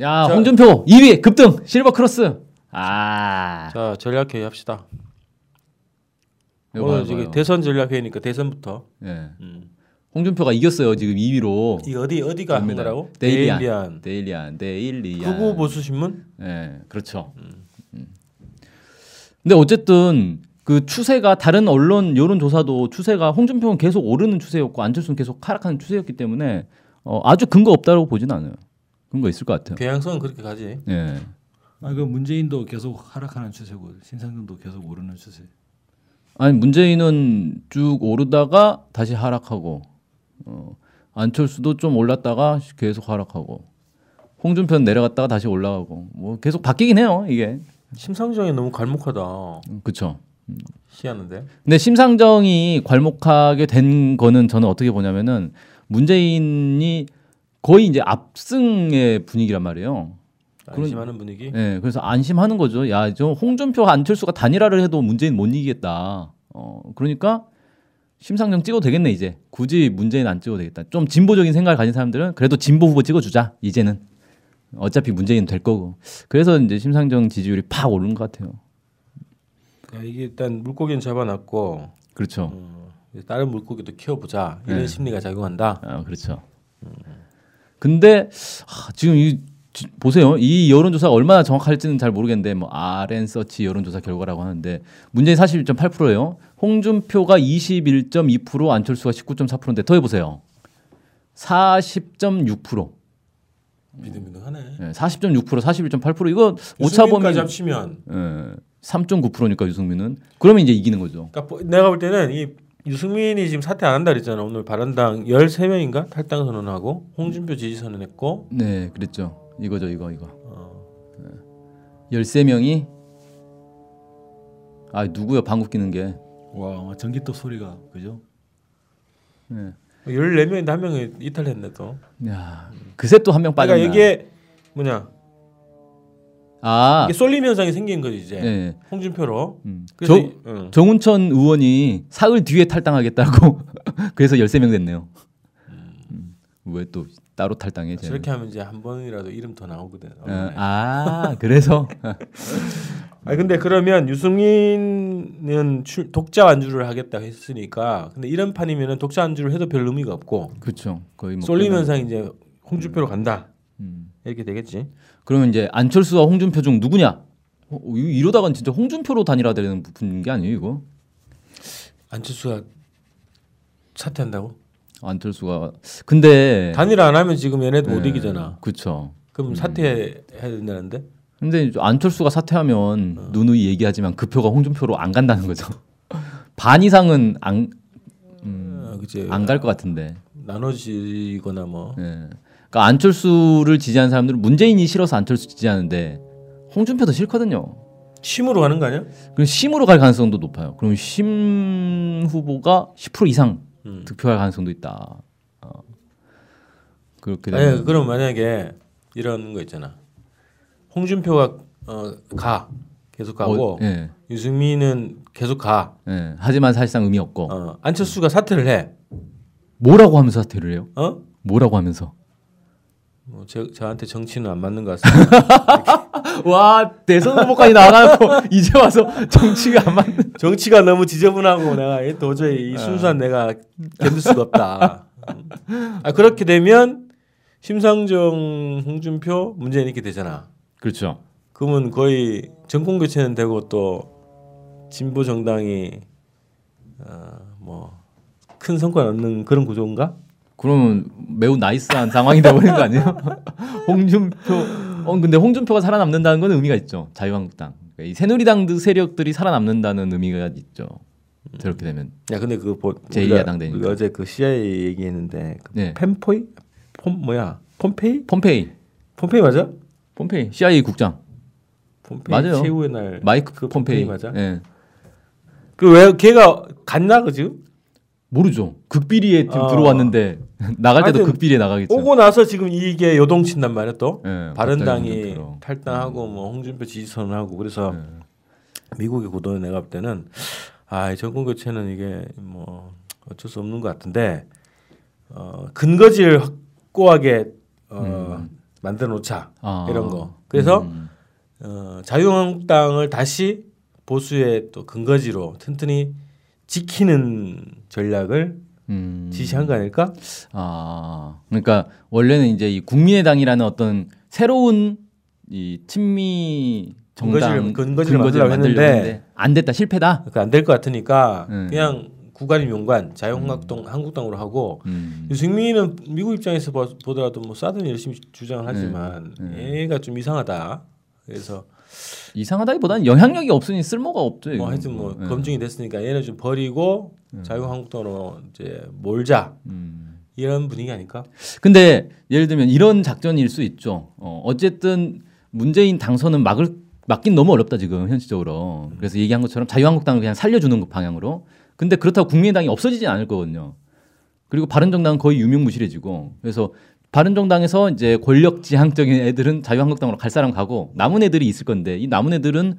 야, 자. 홍준표 2위 급등 실버 크로스. 아. 자 전략회의 합시다. 이거 오늘 봐요, 지금 봐요. 대선 전략회의니까 대선부터. 예. 음. 홍준표가 이겼어요. 지금 2위로. 이 어디 어디가 한 거라고? 데일리안. 데일리안. 데일리안. 후보 보수 신문? 예, 그렇죠. 음. 근데 어쨌든 그 추세가 다른 언론 여론 조사도 추세가 홍준표는 계속 오르는 추세였고 안철수는 계속 하락하는 추세였기 때문에 어, 아주 근거 없다고 보진 않아요. 근거 있을 것 같아요. 경향성은 그렇게 가지. 예. 아, 그 문재인도 계속 하락하는 추세고 신상정도 계속 오르는 추세. 아니 문재인은 쭉 오르다가 다시 하락하고 어, 안철수도 좀 올랐다가 계속 하락하고 홍준표는 내려갔다가 다시 올라가고 뭐 계속 바뀌긴 해요 이게 심상정이 너무 갈목하다. 음, 그쵸 희한한데. 근데 심상정이 괄목하게 된 거는 저는 어떻게 보냐면은 문재인이 거의 이제 압승의 분위기란 말이에요 안심하는 분위기. 네, 그래서 안심하는 거죠. 야, 저 홍준표 안철수가 단일화를 해도 문재인 못 이기겠다. 어, 그러니까 심상정 찍어도 되겠네 이제. 굳이 문재인 안 찍어도 되겠다. 좀 진보적인 생각을 가진 사람들은 그래도 진보 후보 찍어주자 이제는. 어차피 문재인 될 거고. 그래서 이제 심상정 지지율이 팍 오른 것 같아요. 그 야, 이게 일단 물고기는 잡아놨고 그렇죠. 이제 다른 물고기도 키워보자 이런 네. 심리가 작용한다. 아, 그렇죠. 근데 아, 지금 이 지- 보세요. 이 여론조사가 얼마나 정확할지는 잘 모르겠는데 뭐 RN 서치 여론조사 결과라고 하는데 문재인 41.8%예요. 홍준표가 21.2%, 안철수가 19.4%인데 더해 보세요. 40.6%. 음. 비등비등하네. 예, 40.6%, 41.8% 이거 오차범위 오차범위까지 합치면 예, 3.9%니까 유승민은 그러면 이제 이기는 거죠. 그러니까 보- 내가 볼 때는 이 유승민이 지금 사퇴 안 한다 그랬잖아. 오늘 바른당 13명인가 탈당 선언하고 홍준표 지지 선언했고 네, 그랬죠. 이거죠, 이거 이거. 어, 13명이 아, 누구요? 방귀 끼는 게. 와, 전기톱 소리가 그죠? 14명인데 한 명이 이탈했네 또. 야, 그새 또 한 명 빠졌나. 그러니까 이게 뭐냐 아, 이게 쏠림 현상이 생긴 거지 이제 예. 홍준표로. 음. 그래서 저- 이- 어. 응. 정운천 의원이 사흘 뒤에 탈당하겠다고 그래서 13명 됐네요. 음. 왜 또 따로 탈당해? 쟤는? 저렇게 하면 이제 한 번이라도 이름 더 나오거든. 어, 아, 그래서 아 근데 그러면 유승민은 출- 독자 완주를 하겠다 했으니까 근데 이런 판이면은 독자 완주를 해도 별 의미가 없고 그렇죠. 거의 뭐 쏠림 끝나- 현상 이제 홍준표로 간다 음. 이렇게 되겠지. 그러면 이제 안철수와 홍준표 중 누구냐? 어, 이- 이러다간 진짜 홍준표로 단일화 되는 부분인 게 아니에요, 이거? 안철수가 사퇴한다고? 안철수가 근데 단일화 안 하면 지금 얘네도 못 네, 이기잖아. 그렇죠. 그럼 사퇴해야 된다는데? 근데 이제 안철수가 사퇴하면 어. 누누이 얘기하지만 그 표가 홍준표로 안 간다는 거죠. 반 이상은 음. 아, 그치. 안 안 갈 것 같은데. 나눠지거나 뭐. 예. 그러니까 안철수를 지지하는 사람들은 문재인이 싫어서 안철수 지지하는데 홍준표도 싫거든요. 심으로 가는 거 아니야? 그럼 심으로 갈 가능성도 높아요. 그럼 심 후보가 10% 이상 음. 득표할 가능성도 있다. 어. 그렇게 되면 아니, 예, 그럼 만약에 이런 거 있잖아. 홍준표가 어, 가 계속 가고 어, 예. 유승민은 계속 가. 예. 하지만 사실상 의미 없고 어, 안철수가 사퇴를 해. 뭐라고 하면서 사퇴를 해요? 어? 뭐라고 하면서? 뭐 저, 저한테 정치는 안 맞는 것 같습니다. 와 대선 후보까지 나가고 이제 와서 정치가 안 맞는. 정치가 너무 지저분하고 내가 이 도저히 이 순수한 내가 견딜 수가 없다. 음. 아, 그렇게 되면 심상정, 홍준표, 문재인 이렇게 되잖아. 그렇죠. 그러면 거의 정권 교체는 되고 또 진보 정당이 어, 뭐큰 성과 얻는 그런 구조인가? 그러면 매우 나이스한 상황이 되버린 거 아니에요? 홍준표. 어 근데 홍준표가 살아남는다는 건 의미가 있죠. 자유한국당. 그러니까 이 새누리당 세력들이 살아남는다는 의미가 있죠. 저렇게 되면. 야 근데 그 보, 우리가- 제2야당 되니까. 우리가 어제 그 CIA 얘기했는데 그 네. 펜포이 폼 뭐야 폼페이 폼페이. 폼페이 맞아? 폼페이. CIA 국장. 폼페이 맞아요. 최후의 날 마이크 그 폼페이. 맞아? 예. 그 왜 걔가 갔나 그 지금 모르죠. 극비리에 지금 어. 들어왔는데 나갈 때도 하여튼 극비리에 나가겠죠. 오고 나서 지금 이게 요동친단 말이야 또 예, 갑자기 바른당이 홍준표로. 탈당하고 음. 뭐 홍준표 지지 선언하고 그래서 예. 미국의 구도는 내가 볼 때는 아이 정권 교체는 이게 뭐 어쩔 수 없는 것 같은데 어, 근거지를 확고하게 어, 만들어 놓자 음. 아. 이런 거. 그래서 음. 어, 자유한국당을 다시 보수의 또 근거지로 튼튼히 지키는 전략을 음. 지시한 거 아닐까? 아, 그러니까 원래는 이제 이 국민의당이라는 어떤 새로운 이 친미 정당 근거지를- 근거지를 만들려고 했는데 안 됐다 실패다. 그 안 될 것 같으니까 음. 그냥 구간이 용간 자유한국당 한국당으로 하고 음. 유승민은 미국 입장에서 봐- 보더라도 뭐 싸든 열심히 주장을 하지만 음. 얘가 좀 이상하다. 그래서 이상하다기보다는 영향력이 없으니 쓸모가 없죠. 뭐 이건. 하여튼 뭐 예. 검증이 됐으니까 얘는 좀 버리고 자유한국당으로 이제 몰자 음. 이런 분위기 아닐까? 근데 예를 들면 이런 작전일 수 있죠. 어, 어쨌든 문재인 당선은 막을 막긴 너무 어렵다 지금 현실적으로. 그래서 얘기한 것처럼 자유한국당을 그냥 살려주는 그 방향으로. 근데 그렇다고 국민의당이 없어지진 않을 거거든요. 그리고 바른정당은 거의 유명무실해지고. 그래서 바른정당에서 이제 권력지향적인 애들은 자유한국당으로 갈 사람 가고 남은 애들이 있을 건데 이 남은 애들은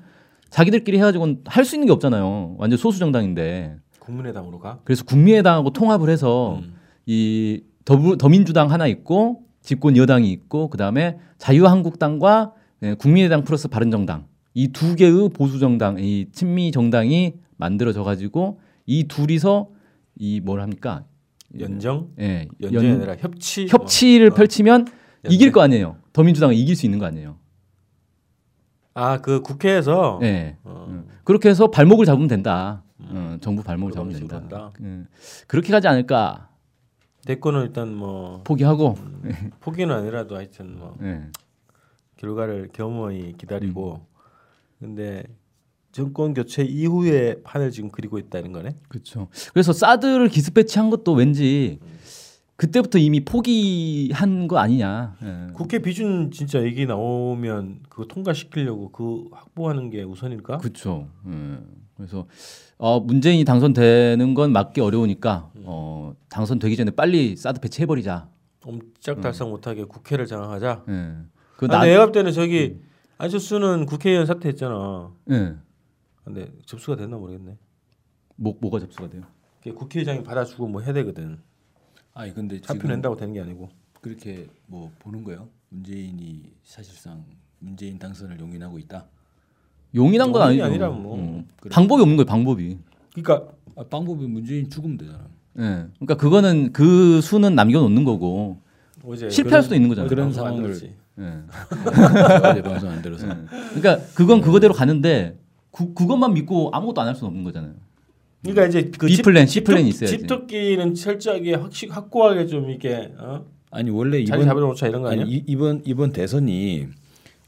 자기들끼리 해가지고는 할 수 있는 게 없잖아요. 완전 소수 정당인데. 국민의당으로 가? 그래서 국민의당하고 통합을 해서 음. 이 더불, 더민주당 하나 있고 집권 여당이 있고 그다음에 자유한국당과 예, 국민의당 플러스 바른정당 이 두 개의 보수 정당 이 친미 정당이 만들어져 가지고 이 둘이서 이 뭘 합니까? 연정? 예, 연정이 연- 아니라 협치. 협치를 어, 어. 펼치면 연대. 이길 거 아니에요. 더민주당은 이길 수 있는 거 아니에요. 아 그 국회에서 예. 어, 음. 음. 그렇게 해서 발목을 잡으면 된다. 어, 정부 발목을 그런 잡으면 식으로 된다. 한다. 음, 그렇게 가지 않을까 대권은 일단 뭐 포기하고 포기는 아니라도 하여튼 뭐 예. 결과를 겸허히 기다리고 음. 근데 정권 교체 이후의 판을 지금 그리고 있다는 거네. 그렇죠. 그래서 사드를 기습배치한 것도 왠지 그때부터 이미 포기한 거 아니냐. 예. 국회 비준 진짜 얘기 나오면 그거 통과시키려고 그 확보하는 게 우선일까? 그렇죠. 예. 그래서 어, 문재인이 당선되는 건 막기 어려우니까 어, 당선되기 전에 빨리 사드 배치해버리자. 옴짝달싹 못하게 국회를 장악하자. 예. 음. 그 음. 그 나, 나... 내가 볼 때는 저기 안철수는 국회의원 사퇴했잖아. 예. 근데 접수가 됐나 모르겠네. 뭐, 뭐가 접수가 돼요? 그게 국회의장이 받아주고 뭐 해야 되거든. 아니 근데 지금 사표 낸다고 되는 게 아니고. 그렇게 뭐 보는 거예요. 문재인이 사실상 문재인 당선을 용인하고 있다. 용인한 건 용인이 아니죠. 아니라 뭐. 음. 그래. 방법이 없는 거예요. 방법이. 그러니까 아, 방법이 문재인 죽으면 되잖아. 예. 그러니까 그거는 그 수는 남겨놓는 거고. 어제 실패할 수도 있는 거잖아요. 그런 방송 안 상황을 들었지. 예. 어제 방송 안 들어서 네. 그러니까 그건 그거대로 가는데 그, 그것만 믿고 아무것도 안 할 수는 없는 거잖아요. 그러니까 이제 그 B 집- 플랜, C 집토- 플랜이 있어야지. 집토끼는 철저하게 확식 확고하게 좀 이렇게 어? 아니 원래 자리 이번 잡아놓자 이런 거 아니야? 아니, 이- 이번 이번 대선이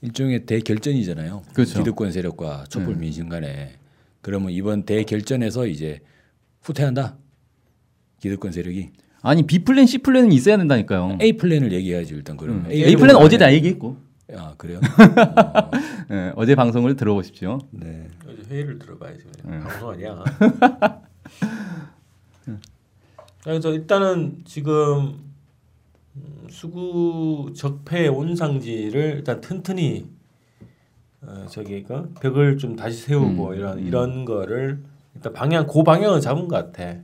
일종의 대결전이잖아요. 그렇죠. 기득권 세력과 촛불 네. 민심 간에 그러면 이번 대결전에서 이제 후퇴한다. 기득권 세력이 아니 B 플랜, C 플랜은 있어야 된다니까요. A 플랜을 얘기해야지 일단 그러면 음. A 플랜 어제 다 얘기했고 아 그래요? 예, 어제 방송을 들어보십시오. 네. 어제 회의를 들어봐야지 그냥. 방송 아니야. 네. 그래서 일단은 지금 음, 수구 적폐 온상지를 일단 튼튼히 어, 저기가 벽을 좀 다시 세우고 이런 이런 거를 일단 방향 고 방향은 잡은 것 같아.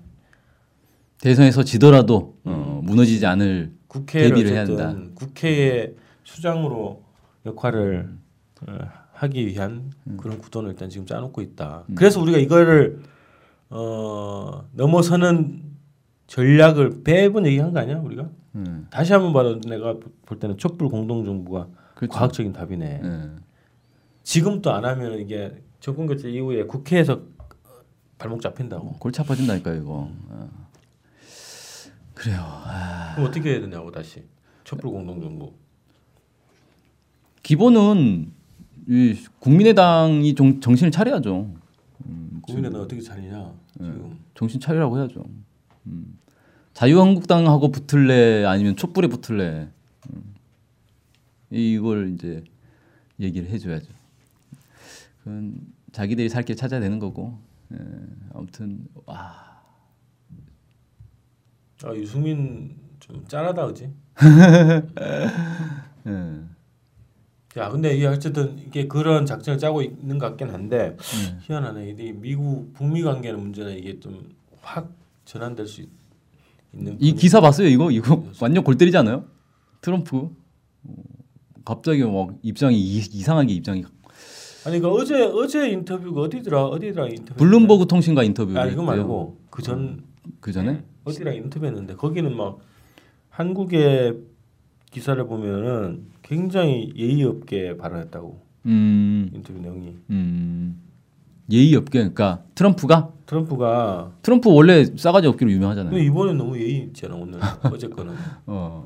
대선에서 지더라도 어, 무너지지 않을 국회를 대비를 해야 어쨌든 한다. 음. 국회의 수장으로 역할을 어, 하기 위한 음. 그런 구도는 일단 지금 짜놓고 있다. 그래서 우리가 이거를 어, 넘어서는 전략을 매번 얘기한 거 아니야 우리가? 음. 다시 한번 봐도 내가 볼 때는 촛불 공동 정부가 그렇죠. 과학적인 답이네. 예. 지금 또 안 하면 이게 정권 교체 이후에 국회에서 발목 잡힌다고. 어, 골치 아파진다니까요 이거. 아. 그래요. 그럼 어떻게 해야 되냐고 다시 촛불 공동 정부. 음, 기본은 이 국민의당이 정, 정신을 차려야죠. 음, 국민의당 어떻게 차리냐 지금. 정신 차리라고 해야죠. 음. 자유한국당하고 붙을래 아니면 촛불에 붙을래 음. 이걸 이제 얘기를 해줘야죠. 그건 자기들이 살 길 찾아야 되는 거고 예, 아무튼 와 아 유승민 좀 짠하다 그지? 예. 야 근데 이게 어쨌든 이게 그런 작전을 짜고 있는 것 같긴 한데 희한하네 이게 미국 북미 관계는 문제는 이게 좀 확 전환될 수 있- 있는 그- 네, 이 기사 봤어요 이거 이거 완전 골 때리지 않아요? 트럼프 갑자기 막 입장이 이, 이상하게 입장이 아니 그러니까 어제 어제 인터뷰가 어디더라 어디더라 인터뷰 블룸버그 통신과 인터뷰를 아 이거 했고요. 말고 그 전 그 전에 어디랑 인터뷰했는데 거기는 막 한국의 기사를 보면은 굉장히 예의 없게 발언했다고 음, 인터뷰 내용이 음 예의 없게 그러니까 트럼프가 트럼프가 트럼프 원래 싸가지 없기로 근데 유명하잖아요. 이번에 너무 예의 있잖아 오늘 어제 거는 어.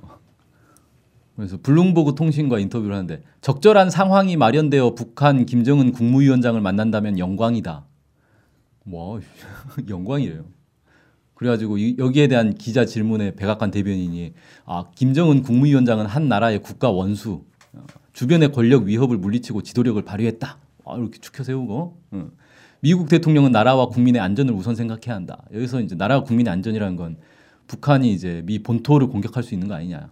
그래서 블룸버그 통신과 인터뷰를 하는데 적절한 상황이 마련되어 북한 김정은 국무위원장을 만난다면 영광이다. 뭐 영광이래요. 그래가지고 이- 여기에 대한 기자 질문에 백악관 대변인이 아 김정은 국무위원장은 한 나라의 국가 원수 어, 주변의 권력 위협을 물리치고 지도력을 발휘했다. 아, 이렇게 축혀 세우고 응. 미국 대통령은 나라와 국민의 안전을 우선 생각해야 한다. 여기서 이제 나라와 국민의 안전이라는 건 북한이 이제 미 본토를 공격할 수 있는 거 아니냐.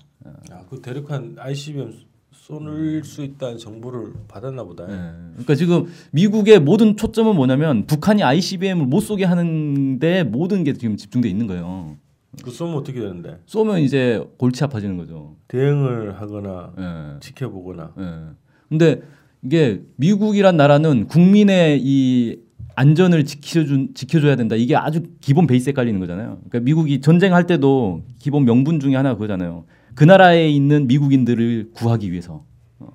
야그 대륙간 ICBM 쏠 수 있다는 정보를 받았나 보다 예. 그러니까 지금 미국의 모든 초점은 뭐냐면 북한이 ICBM을 못 쏘게 하는데 모든 게 지금 집중돼 있는 거예요. 그 쏘면 어떻게 되는데 쏘면 이제 골치 아파지는 거죠. 대응을 하거나 예. 지켜보거나 예. 근데 이게 미국이란 나라는 국민의 이 안전을 지켜준 지켜줘야 된다. 이게 아주 기본 베이스에 깔리는 거잖아요. 그러니까 미국이 전쟁할 때도 기본 명분 중에 하나 그거잖아요. 그 나라에 있는 미국인들을 구하기 위해서 어.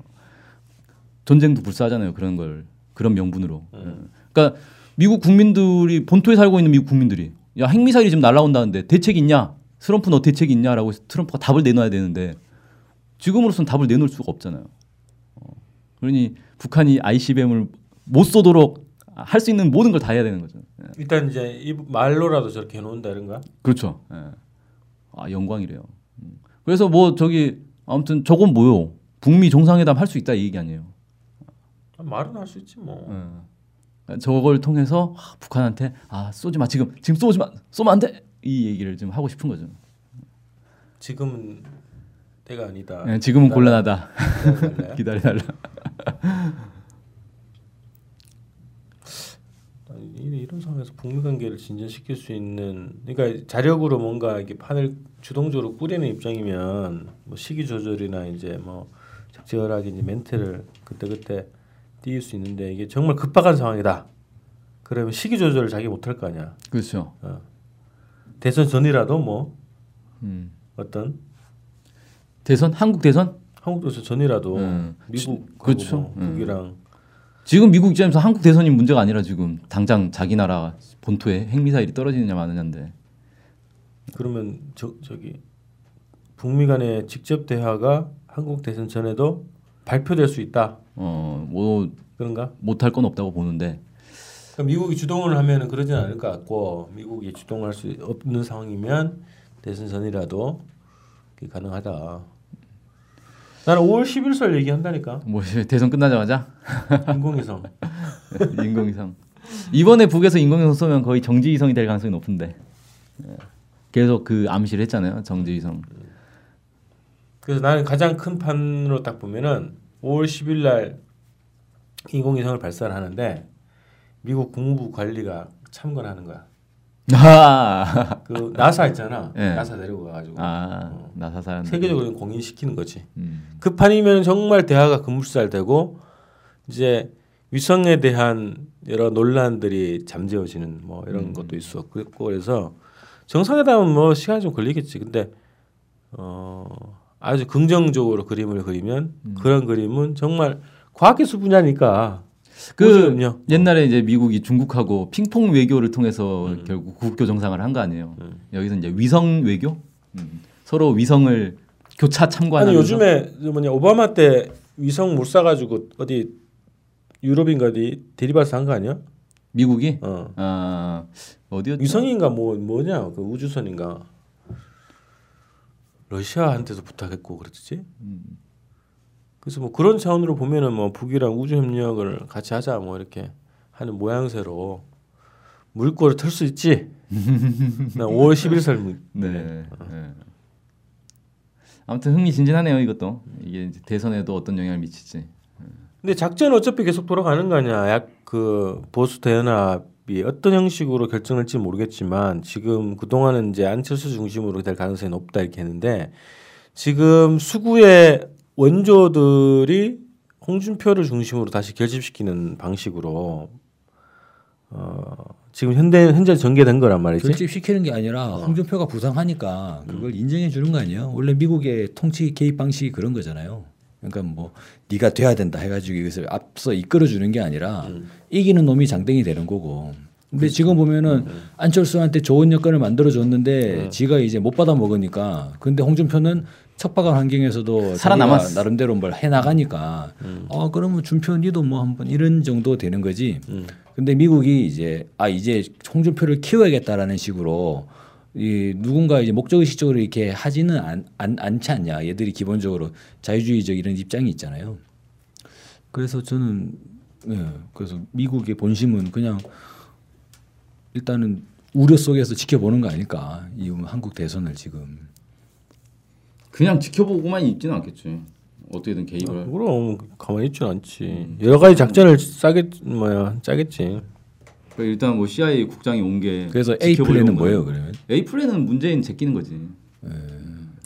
전쟁도 불사하잖아요. 그런 걸 그런 명분으로. 예. 그러니까 미국 국민들이 본토에 살고 있는 미국 국민들이 야 핵미사일이 지금 날라온다는데 대책 있냐? 트럼프 너 대책 있냐라고 해서 트럼프가 답을 내놔야 되는데 지금으로선 답을 내놓을 수가 없잖아요. 그러니 북한이 ICBM을 못 쏘도록 할 수 있는 모든 걸 다 해야 되는 거죠. 일단 이제 이 말로라도 저렇게 해놓는다 이런가 그렇죠. 아 영광이래요. 음. 그래서 뭐 저기 아무튼 저건 뭐요? 북미 정상회담 할 수 있다 이 얘기 아니에요. 아, 말은 할 수 있지 뭐 예. 저걸 통해서 아, 북한한테 아 쏘지 마 지금 지금 쏘지 마 쏘면 안 돼 이 얘기를 지금 하고 싶은 거죠. 지금은 때가 아니다 네. 예, 지금은 곤란하다 기다려달라. 기다려달라. 아니, 이- 이런 상황에서 북미 관계를 진전시킬 수 있는 그러니까 자력으로 뭔가 이렇게 판을 주동적으로 꾸리는 입장이면 뭐 시기 조절이나 이제 뭐 적절하게 이제 멘트를 그때그때 띄울 수 있는데 이게 정말 급박한 상황이다. 그러면 시기 조절을 자기 못할 거 아니야. 어. 그렇죠. 대선 전이라도 뭐 음. 어떤 대선 한국 대선 한국 대선 전이라도 음, 미국 뭐 그렇죠. 음. 북이랑 지금 미국 입장에서 한국 대선이 문제가 아니라 지금 당장 자기 나라 본토에 핵미사일이 떨어지느냐 마느냐인데 그러면 저 저기 북미 간의 직접 대화가 한국 대선 전에도 발표될 수 있다 어뭐 그런가? 못할 건 없다고 보는데 그러니까 미국이 주동을 하면은 그러진 않을 것 같고 미국이 주동할 수 없는 상황이면 대선 전이라도 그게 가능하다. 나는 5월 11일 얘기한다니까 뭐 대선 끝나자마자 인공위성. 인공위성 이번에 북에서 인공위성 쏘면 거의 정지위성이 될 가능성이 높은데 예. 계속 그 암시를 했잖아요 정지위성 그래서 나는 가장 큰 판으로 딱 보면은 5월 10일 날 인공위성을 발사를 하는데 미국 국무부 관리가 참관하는 거야. 아, 그 나사 있잖아. 예. 나사 데리고 가가지고 아 나사 사람 세계적으로 공인시키는 거지. 음. 급한이면 정말 대화가 급물살되고 이제 위성에 대한 여러 논란들이 잠재워지는 뭐 이런 음. 것도 있었고 그래서 정상회담은 뭐 시간이 좀 걸리겠지. 근데 어 아주 긍정적으로 그림을 그리면 음. 그런 그림은 정말 과학기술 분야니까 그 그요 옛날에 이제 미국이 중국하고 핑퐁 외교를 통해서 음. 결국 국교 정상을 한 거 아니에요. 여기서 이제 위성 외교 음. 서로 위성을 교차 아니 참관하는 요즘에 저 뭐냐 오바마 때 위성 못 사가지고 어디 유럽인가 어디 데리바스 한 거 아니야? 미국이 어. 아 어디였죠? 위성인가 뭐 뭐냐 그 우주선인가 러시아한테서 부탁했고 그랬지. 음. 그래서 뭐 그런 차원으로 보면은 뭐 북이랑 우주 협력을 같이 하자 뭐 이렇게 하는 모양새로 물꼬를 틀 수 있지. 나 5월 11일 설 네. 네. 아무튼 흥미진진하네요 이것도 이게 이제 대선에도 어떤 영향을 미칠지. 근데 작전 은 어차피 계속 돌아가는 거 아니야. 약 그 보수 대연합이 어떤 형식으로 결정할지 모르겠지만 지금 그 동안은 이제 안철수 중심으로 될 가능성이 높다 이렇게 했는데 지금 수구의 원조들이 홍준표를 중심으로 다시 결집시키는 방식으로 어, 지금 현대 현재 전개된 거란 말이지. 결집시키는 게 아니라 어. 홍준표가 부상하니까 음. 그걸 인정해 주는 거 아니에요? 원래 미국의 통치 개입 방식이 그런 거잖아요. 그러니까 뭐 네가 돼야 된다 해가지고 여기서 앞서 이끌어 주는 게 아니라 음. 이기는 놈이 장땡이 되는 거고. 근데 그렇죠. 지금 보면은 음. 안철수한테 좋은 여건을 만들어 줬는데 지가 이제 못 받아 먹으니까. 근데 홍준표는 척박한 환경에서도 살아남았어. 뭐 자기가 나름대로 뭘 해 나가니까. 어 그러면 준표 니도 뭐 한번 이런 정도 되는 거지. 근데 미국이 이제 아 이제 홍준표를 키워야겠다라는 식으로 이 누군가 이제 목적의식적으로 이렇게 하지는 안, 안 않지 않냐. 얘들이 기본적으로 자유주의적 이런 입장이 있잖아요. 그래서 저는 예, 그래서 미국의 본심은 그냥 일단은 우려 속에서 지켜보는 거 아닐까 이 한국 대선을 지금 그냥 지켜보고만 있지는 않겠지. 어떻게든 아. 개입을. 그럼 가만히 있진 음. 않지. 여러 가지 작전을 짜겠 뭐야 짜겠지. 그러니까 일단 뭐 CIA 국장이 온 게 그래서 A 플랜은 뭐예요 예. 그러면 A 플랜은 문재인 제끼는 거지.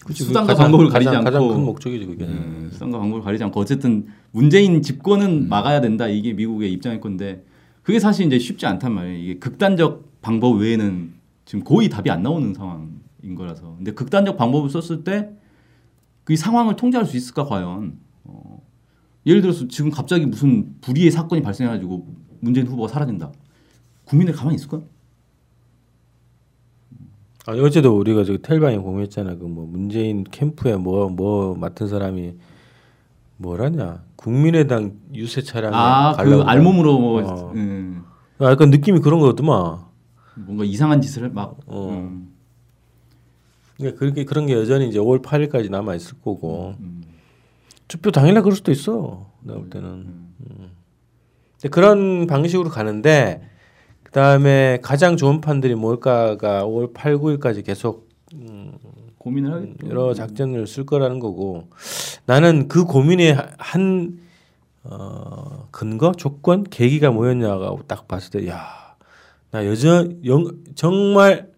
그치, 수단과 가장- 방법을 가리지 가장, 가장 않고. 큰 목적이지 그게. 예, 수단과 방법을 가리지 않고 어쨌든 문재인 집권은 음. 막아야 된다 이게 미국의 입장일 건데 그게 사실 이제 쉽지 않단 말이에요. 이게 극단적 방법 외에는 지금 거의 답이 안 나오는 상황인 거라서. 근데 극단적 방법을 썼을 때 그 상황을 통제할 수 있을까 과연? 어, 예를 들어서 지금 갑자기 무슨 불의의 사건이 발생해가지고 문재인 후보가 사라진다. 국민들 가만히 있을까? 아 어제도 우리가 저기 텔방에 공유했잖아. 그 뭐 문재인 캠프에 뭐 뭐 맡은 사람이 뭐라냐. 국민의당 유세 차량에 아그 가려고 알몸으로 뭐 어. 음, 아, 약간 느낌이 그런 거더만. 뭔가 이상한 짓을 막 어. 음. 그러니까 그렇게 그런 게 여전히 이제 5월 8일까지 남아 있을 거고 음, 투표 당일날 그럴 수도 있어. 내가 볼 때는. 음. 근데 그런 방식으로 가는데 그 다음에 가장 좋은 판들이 뭘까가 5월 8, 9일까지 계속 고민을 하겠죠. 여러 작전을 쓸 거라는 거고 나는 그 고민의 한 어, 근거, 조건, 계기가 뭐였냐가 딱 봤을 때, 야, 나 여전 영, 정말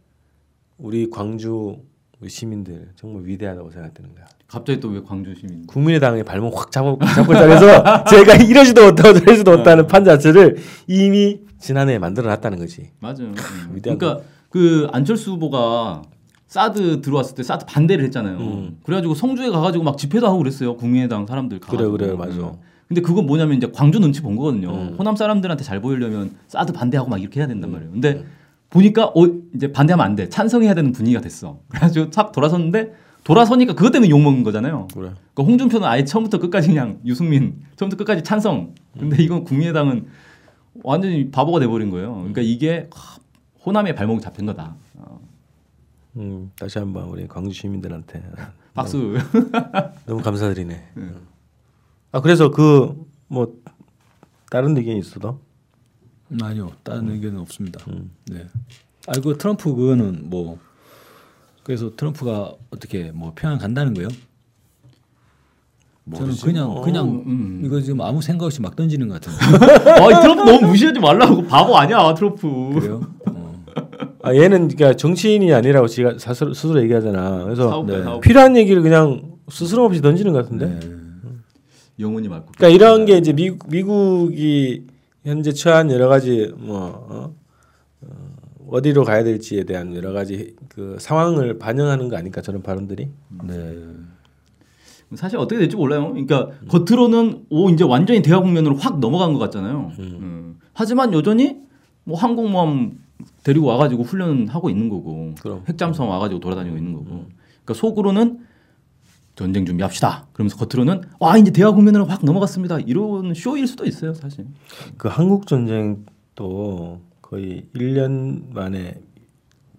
우리 광주 우리 시민들 정말 위대하다고 생각되는 거야. 갑자기 또 왜 광주 시민? 국민의당의 발목 확 잡고 잡고 자면서 제가 이러지도 못하고 저러지도 못하는 판 자체를 이미 지난해에 만들어놨다는 거지. 맞아요. 음. 위대한 그러니까 그 안철수 후보가 사드 들어왔을 때 사드 반대를 했잖아요. 그래가지고 성주에 가가지고 막 집회도 하고 그랬어요. 국민의당 사람들 가. 음. 음. 그래 그래 맞아. 음. 근데 그건 뭐냐면 이제 광주 눈치 본 거거든요. 호남 사람들한테 잘 보이려면 사드 반대하고 막 이렇게 해야 된단 말이에요. 근데 음. 보니까 어 이제 반대하면 안 돼. 찬성해야 되는 분위기가 됐어. 그래가지고 탁 돌아섰는데 돌아서니까 그것 때문에 욕 먹은 거잖아요. 그래. 그러니까 홍준표는 아예 처음부터 끝까지 그냥 유승민 처음부터 끝까지 찬성. 음. 근데 이건 국민의당은 완전히 바보가 돼버린 거예요. 그러니까 음. 이게 하, 호남의 발목이 잡힌 거다. 어, 음, 다시 한번 우리 광주 시민들한테 박수. 네. 너무 감사드리네. 아 그래서 그 뭐 다른 의견이 있어도 음, 아니요 다른 의견은 없습니다 네 아이고 트럼프 그거는 뭐 그래서 트럼프가 어떻게 뭐 평양 간다는 거예요 저는 그냥 그냥 이거 지금 아무 생각 없이 막 던지는 것 같은데 아, 이 트럼프 너무 무시하지 말라고 바보 아니야 트럼프. 그래요 어. 아 얘는 그러니까 정치인이 아니라고 지가 스스로, 스스로 얘기하잖아. 그래서 사업가, 네, 사업가. 필요한 얘기를 그냥 스스럼 없이 던지는 것 같은데. 영혼이 맑고. 그러니까 이런 게 이제 미, 미국이 현재 처한 여러 가지 뭐 어? 어, 어디로 가야 될지에 대한 여러 가지 그 상황을 반영하는 거 아닐까 저런 발언들이 네 사실 어떻게 될지 몰라요. 그러니까 겉으로는 오 이제 완전히 대화 국면으로 확 넘어간 것 같잖아요. 음. 하지만 여전히 뭐 항공모함 데리고 와가지고 훈련하고 있는 거고, 그럼. 핵잠수함 와가지고 돌아다니고 있는 거고. 그러니까 속으로는 전쟁 준비합시다. 그러면서 겉으로는 와 이제 대화 국면으로 확 넘어갔습니다. 이런 쇼일 수도 있어요, 사실. 그 한국 전쟁도 거의 1년 만에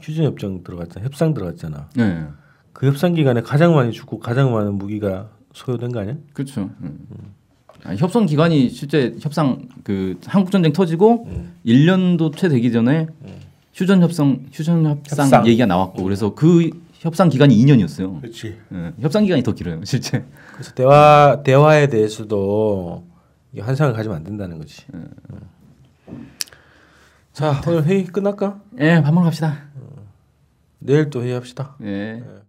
휴전 협정 들어갔잖아 협상 들어갔잖아 네, 그 협상 기간에 가장 많이 죽고 가장 많은 무기가 소요된 거 아니야? 그렇죠. 아니, 협상 기간이 실제 협상 그 한국 전쟁 터지고 1년도 채 되기 전에 휴전 협상 휴전 협상, 협상. 얘기가 나왔고 그래서 그 협상 기간이 2년이었어요. 예, 그렇지. 협상 기간이 더 길어요, 실제. 그래서 대화 대화에 대해서도 이게 환상을 가지면 안 된다는 거지. 음. 자 오늘 회의 끝날까? 예, 밥 먹으러 갑시다. 내일 또 회의합시다. 예. 예.